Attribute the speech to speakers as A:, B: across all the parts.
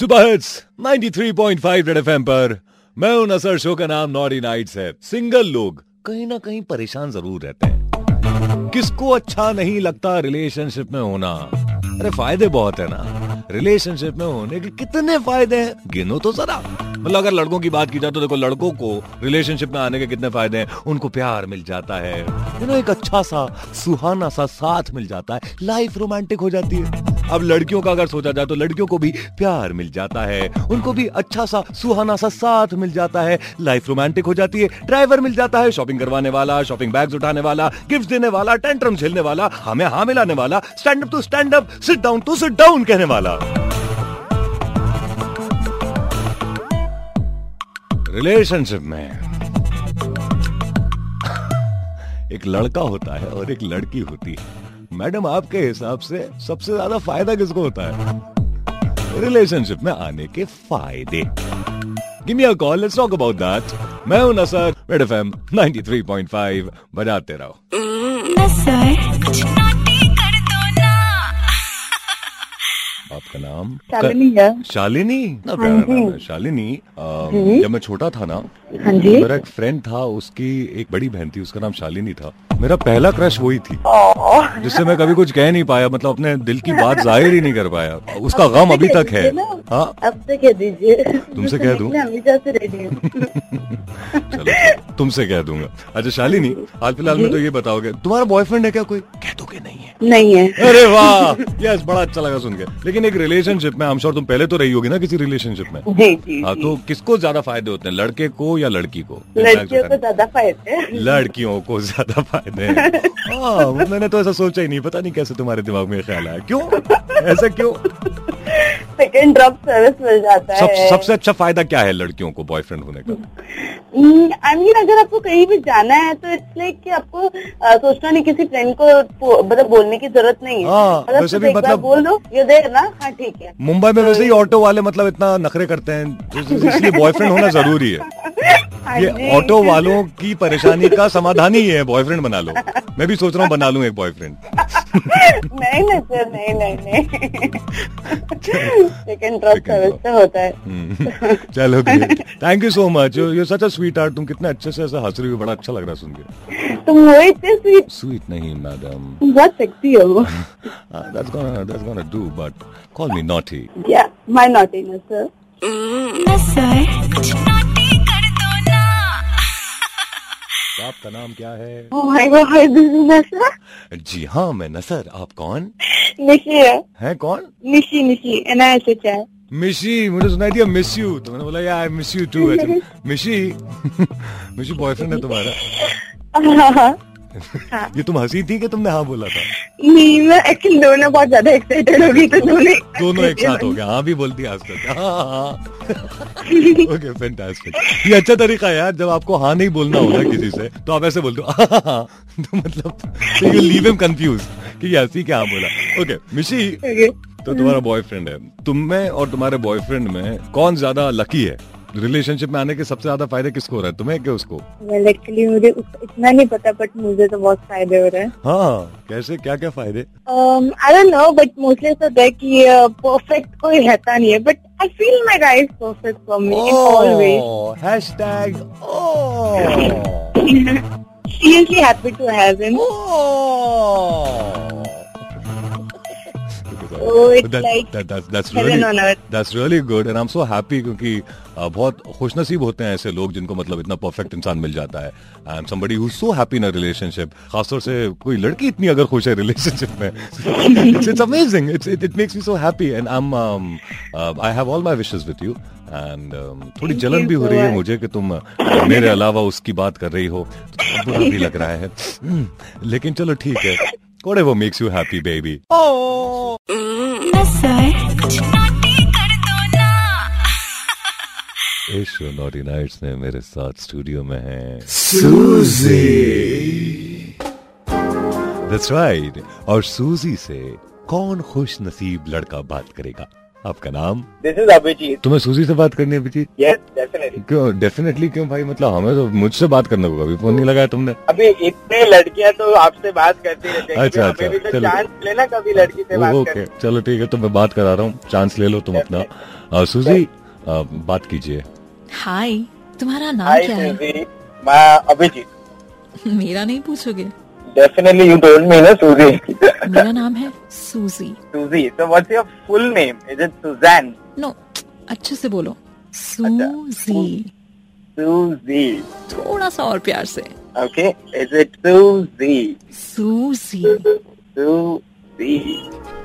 A: सुबह hits 93.5 Red FM पर मैं हूं नसर शो का नाम नॉटी नाइट्स है सिंगल लोग कहीं ना कहीं परेशान जरूर रहते हैं किसको अच्छा नहीं लगता रिलेशनशिप में होना अरे फायदे बहुत है ना रिलेशनशिप में होने के कितने फायदे हैं गिनो तो जरा मतलब अगर लड़कों की बात की जाए तो देखो लड़कों को रिलेशनशिप में आने के कितने फायदे हैं उनको प्यार मिल जाता है यू नो एक अच्छा सा सुहाना सा साथ मिल जाता है लाइफ रोमांटिक हो जाती है अब लड़कियों का अगर सोचा जाए तो लड़कियों को भी प्यार मिल जाता है उनको भी अच्छा सा सुहाना सा साथ मिल जाता है लाइफ रोमांटिक हो जाती है ड्राइवर मिल जाता है शॉपिंग करवाने वाला शॉपिंग बैग्स उठाने वाला गिफ्ट देने वाला टेंट्रम झेलने वाला हमें हाँ मिलाने वाला stand up to stand up sit down to sit down कहने वाला रिलेशनशिप में एक लड़का होता है और एक लड़की होती है मैडम आपके हिसाब से सबसे ज्यादा फायदा किसको होता है रिलेशनशिप में आने के फायदे give me a call let's talk about that मैं हूं नसर रेड एफएम 93.5 बजाते रहो आपका नाम
B: शालिनी है हाँ
A: शालिनी ना प्यारा नाम है शालिनी अम, जब मैं छोटा था ना
B: हाँ जी।
A: मेरा एक फ्रेंड था उसकी एक बड़ी बहन थी उसका नाम शालिनी था मेरा पहला क्रश वही थी
B: ओह,
A: जिससे मैं कभी कुछ कह नहीं पाया मतलब अपने दिल की बात जाहिर ही नहीं कर पाया उसका गम अभी तक है हाँ
B: अब से कह दीजिए
A: तुमसे कह दूं?
B: मैं हमेशा से रेडी हूँ
A: चलो तुमसे कह दूंगा अच्छा शालिनी हाल फिलहाल में तो ये बताओगे तुम्हारा बॉयफ्रेंड है क्या कोई कह दोगे नहीं है
B: नहीं है
A: अरे वाह यस बड़ा अच्छा लगा सुन के लेकिन एक रिलेशनशिप में आई श्योर तुम पहले तो रही होगी ना किसी रिलेशनशिप में
B: जी जी
A: हाँ तो किसको ज्यादा फायदे होते हैं लड़के को या लड़की को
B: लड़कियों को ज्यादा फायदे हैं।
A: लड़कियों को ज्यादा फायदे हैं हाँ मैंने तो ऐसा सोचा ही नहीं पता नहीं कैसे तुम्हारे दिमाग में ये ख्याल आया क्यों ऐसा क्यों
B: सेकंड ड्रॉप सर्विस मिल जाता
A: सब,
B: है
A: सबसे अच्छा फायदा क्या है लड़कियों को बॉयफ्रेंड होने का
B: आई मीन हम्म, अगर आपको कहीं भी जाना है तो इट्स लाइक कि आपको अ, सोचना नहीं किसी फ्रेंड को पो- मतलब बोलने की जरूरत नहीं है
A: हाँ,
B: अगर
A: वैसे
B: तुम
A: भी
B: एक बार
A: मतलब-
B: बोल दो ये देर ना हाँ ठीक है
A: मुंबई में वैसे ही ऑटो वाले मतलब इतना नखरे करते हैं तो इसलिए बॉयफ्रेंड होना जरूरी है
B: हाँ
A: ये
B: जी।
A: ऑटो वालों की परेशानी का समाधान ही ये है बॉयफ्रेंड बना लो मैं भी सोच रहा हूँ बना लूं एक बॉयफ्रेंड
B: नहीं नहीं सर नहीं नहीं नहीं सेकंड ड्रॉप सर्विस से तो होता है
A: हम्म। चलो thank you so much you such a sweetheart तुम कितने अच्छे से ऐसा हंस रही हो बड़ा अच्छा लग रहा है सुन के
B: तुम हो इतने स्वीट
A: स्वीट नहीं Ah, मैडम
B: तुम बहुत सेक्सी हो
A: that's gonna that's gonna do but call me naughty
B: Yeah, my naughtiness, sir.
A: आपका नाम क्या है
B: Oh my god, this is Nasa.
A: जी हाँ मैं नसर आप कौन
B: Nishi है.
A: हैं कौन
B: Nishi, Nishi. And I said, yeah.
A: मिशी मुझे सुनाई दिया मिस यू तो मैंने बोला यार आई मिस यू टू अच्छा मिशी मिशी बॉयफ्रेंड है तुम्हारा ये तुम हंसी थी कि तुमने हाँ बोला था
B: नहीं मैं एक्चुअली दोनों बहुत ज्यादा एक्साइटेड हो गई तो दोनों
A: दोनों एक साथ हो गया हाँ भी बोलती आज तक हाँ हाँ ओके फैंटास्टिक ये अच्छा तरीका है यार जब आपको हाँ नहीं बोलना हो ना किसी से तो आप ऐसे बोल दो हाँ हाँ, हाँ तो मतलब यू लीव हिम कंफ्यूज कि ये हंसी क्या बोला ओके मिशी
B: गए
A: तो तुम्हारा बॉयफ्रेंड है तुम में और तुम्हारे बॉयफ्रेंड में कौन ज्यादा लकी है रिलेशनशिप में आने के सबसे ज्यादा फायदे किसको हो रहा है तुम्हें कि उसको
B: वेल एक्चुअली मुझे उस- इतना नहीं पता बट मुझे तो बहुत फायदे हो रहे हैं Um,
A: हाँ कैसे क्या क्या फायदे
B: I don't know but mostly ऐसा होता है कि परफेक्ट कोई रहता नहीं है but I feel my guys perfect for me in
A: Oh.
B: All way
A: hashtag oh।
B: Seriously happy to have him Oh, it's like heaven on earth.
A: That's really good and I am so happy क्योंकि अ, बहुत खुशनसीब होते हैं ऐसे लोग जिनको मतलब इतना परफेक्ट इंसान मिल जाता है I am somebody who so happy in a relationship खासतौर से कोई लड़की इतनी अगर खुश है रिलेशनशिप में it's amazing it's it makes me so happy and I am I have all my wishes with you and um, थोड़ी
B: Thank
A: जलन
B: you
A: भी हो
B: so
A: रही है
B: much.
A: मुझे कि तुम अ, मेरे अलावा उसकी बात कर रही हो तो बुरा भी लग रहा है Hmm, लेकिन चलो ठीक है कोड़े वो मेक्स यू हैप्पी बेबी इश्यू नॉटी नाइट्स में मेरे साथ स्टूडियो में है सूजी दैट्स राइट और सूजी से कौन खुश नसीब लड़का बात करेगा आपका नाम
B: दिस इज अभिजीत
A: तुम्हें सूजी से बात करनी है अभिजीत
B: यस डेफिनेटली
A: क्यों डेफिनेटली क्यों भाई मतलब हमें तो मुझसे बात करने को कभी फोन नहीं लगाया तुमने
B: अभी इतने लड़कियां तो आपसे बात करती रहती हैं
A: अच्छा,
B: हमें भी
A: अच्छा,
B: तो
A: चलो।
B: चांस लेना कभी लड़की से बात
A: ओके
B: करने
A: चलो ठीक है तो मैं बात करा रहा हूँ चांस ले लो तुम अपना अ, सूजी अ, बात कीजिए
C: हाय तुम्हारा नाम
B: हाय
C: हाँ, क्या है
B: सूजी मैं अभिजीत
C: मेरा नहीं पूछोगे
B: डेफिनेटली यू टोल्ड मी ना सूजी
C: मेरा नाम है सूजी
B: सूजी so what's your full name is it Suzanne
C: no अच्छे से बोलो
B: अच्छा,
C: सूजी
B: सूजी
C: थोड़ा सा और प्यार से
B: okay is it Suzy
C: Suzy
B: Suzy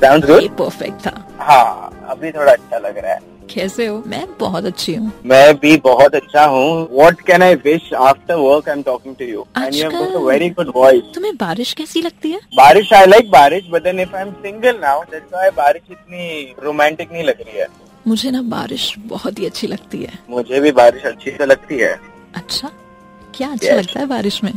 B: sound
C: ये
B: गुड
C: परफेक्ट था
B: हाँ अभी थोड़ा अच्छा लग रहा है
C: कैसे हो मैं बहुत अच्छी हूँ
B: मैं भी बहुत अच्छा हूँ what can I wish after work I am talking to you and you have
C: आजकल-
B: वेरी गुड वॉइस
C: तुम्हें बारिश कैसी लगती है
B: बारिश आई लाइक बारिश but then if I am single now that's why बारिश इतनी रोमांटिक नहीं लग रही है
C: मुझे ना बारिश बहुत ही अच्छी लगती है
B: मुझे भी बारिश अच्छी तो लगती है
C: अच्छा क्या अच्छा
B: Yes.
C: लगता है बारिश में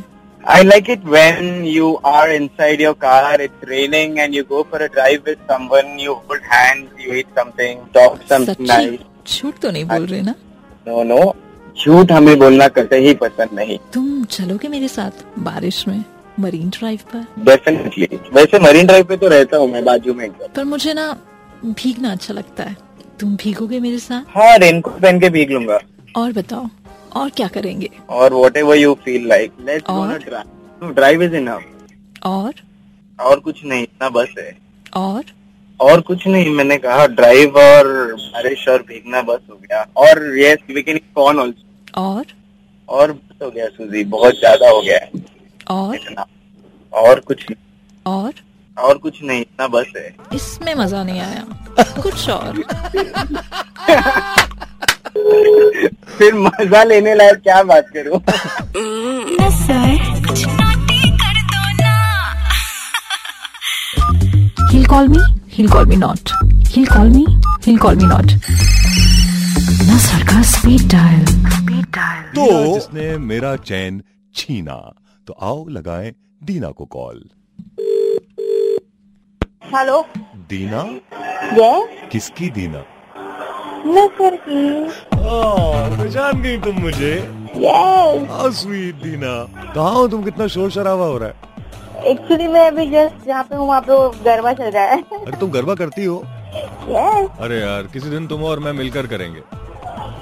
B: I like it when you are inside your car it's raining and you go for a drive with someone you hold hand you eat something talk something
C: सच्ची
B: नाइस
C: झूठ तो नहीं बोल रहे ना
B: नो नो झूठ हमें बोलना कतई पसंद नहीं
C: तुम चलोगे मेरे साथ बारिश में मरीन ड्राइव पर
B: डेफिनेटली वैसे मरीन ड्राइव पे तो रहता हूँ मैं बाजू में एकदम
C: पर मुझे ना भीगना अच्छा लगता है तुम भीगोगे मेरे साथ
B: हाँ रेनकोट पहन के भीग लूंगा
C: और बताओ और क्या करेंगे
B: और whatever you feel like let's
C: और?
B: ड्राइव ड्राइव इज इनफ
C: और
B: और कुछ नहीं इतना बस है
C: और
B: और कुछ नहीं मैंने कहा ड्राइव और बारिश और भीगना बस हो गया और yes we can con also
C: और
B: और बस हो गया सुजी बहुत ज्यादा हो गया है
C: और
B: इतना और कुछ नहीं
C: और
B: और कुछ नहीं इतना बस है
C: इसमें मजा नहीं आया कुछ और
B: फिर मजा लेने लायक क्या बात करूँ
C: he'll call me he'll call me not he'll call me he'll call me not nasar ka speed dial speed dial
A: तो जिसने मेरा चैन छीना तो आओ लगाएं दीना को कॉल
D: हेलो
A: दीना
D: यस
A: किसकी दीना
D: मैं सर की
A: ओह, पहचान गई तुम मुझे
D: यस
A: स्वीट दीना कहाँ हो तुम कितना शोर शराबा हो रहा है
D: एक्चुअली मैं अभी जस्ट जहाँ पे हूँ वहाँ पे वो गरबा चल रहा है
A: अरे तुम गरबा करती हो
D: यस
A: अरे यार किसी दिन तुम और मैं मिलकर करेंगे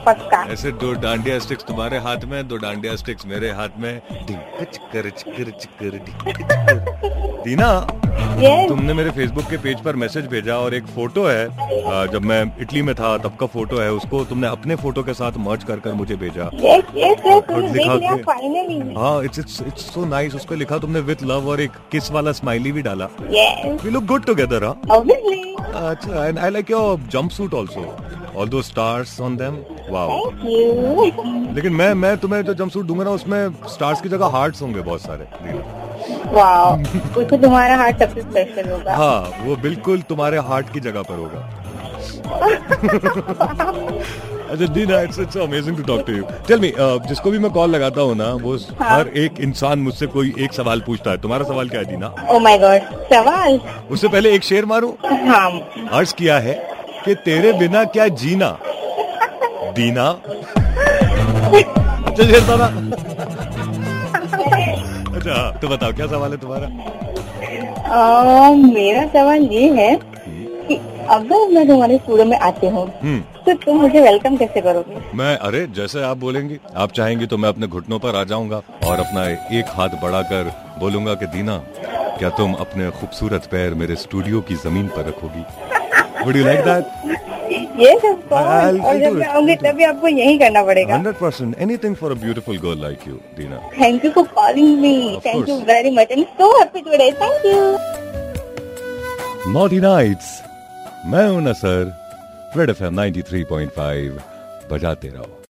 D: पक्का
A: ऐसे दो डांडिया स्टिक्स तुम्हारे हाथ में दो डांडिया स्टिक्स मेरे हाथ में डिंक चिकर चिकर चिकर डिंक चिकर। दीना
D: यस
A: तुमने मेरे फेसबुक के पेज पर मैसेज भेजा और एक फोटो है आ, जब मैं इटली में था तब का फोटो है उसको तुमने अपने फोटो के साथ मर्ज कर कर मुझे भेजा
D: यस यस यस तुमने
A: और
D: देख
A: लिखा
D: लिया
A: के-
D: फाइनली
A: हाँ it's it's it's so nice उसको लिखा तुमने विथ लव और एक किस वाला स्माइली भी डाला
D: yes
A: we look good together हाँ
D: ऑब्वियसली
A: अच्छा and I like your jumpsuit also. All those stars on them. Wow.
D: Thank you
A: लेकिन मैं मैं तुम्हें जो जंपसूट दूंगा ना उसमें स्टार्स की जगह हार्ट्स होंगे बहुत सारे
D: वाओ उससे तुम्हारा हार्ट सबसे स्पेशल होगा
A: हाँ वो बिल्कुल तुम्हारे हार्ट की जगह पर होगा अच्छा दीना it's it's amazing to talk to you tell me uh, जिसको भी मैं कॉल लगाता हूँ ना वो हर एक इंसान मुझसे कोई एक सवाल पूछता है तुम्हारा सवाल क्या है दीना
D: ओ माय गॉड Oh सवाल
A: उससे पहले एक शेर मारूं
D: हाँ
A: अर्ज किया है कि तेरे बिना क्या जीना दीना अच्छा शेर था ना अच्छा तो बताओ क्या सवाल है तुम्हारा
D: अ, Oh, मेरा सवाल ये है कि अगर मैं तुम्हारे स्टूडियो में आती हूँ
A: हम्म
D: तो तुम मुझे वेलकम कैसे करोगे
A: मैं अरे जैसे आप बोलेंगी आप चाहेंगी तो मैं अपने घुटनों पर आ जाऊंगा और अपना एक हाथ बढ़ाकर बोलूंगा कि दीना क्या तुम अपने खूबसूरत पैर मेरे स्टूडियो की जमीन पर रखोगी वुड यू लाइक दैट
D: ये सब
A: I'll-
D: कौन? और
A: I'll do
D: जब मैं
A: it.
D: आऊंगी तभी आपको यही करना
A: हाँ,
D: पड़ेगा
A: 100% anything for a beautiful girl like you Dina
D: thank you for calling me
A: Of
D: thank you
A: course.
D: Very much I am so happy today thank you
A: Naughty Nights मैं हूं नसर रेड एफ एम 93.5 बजाते रहो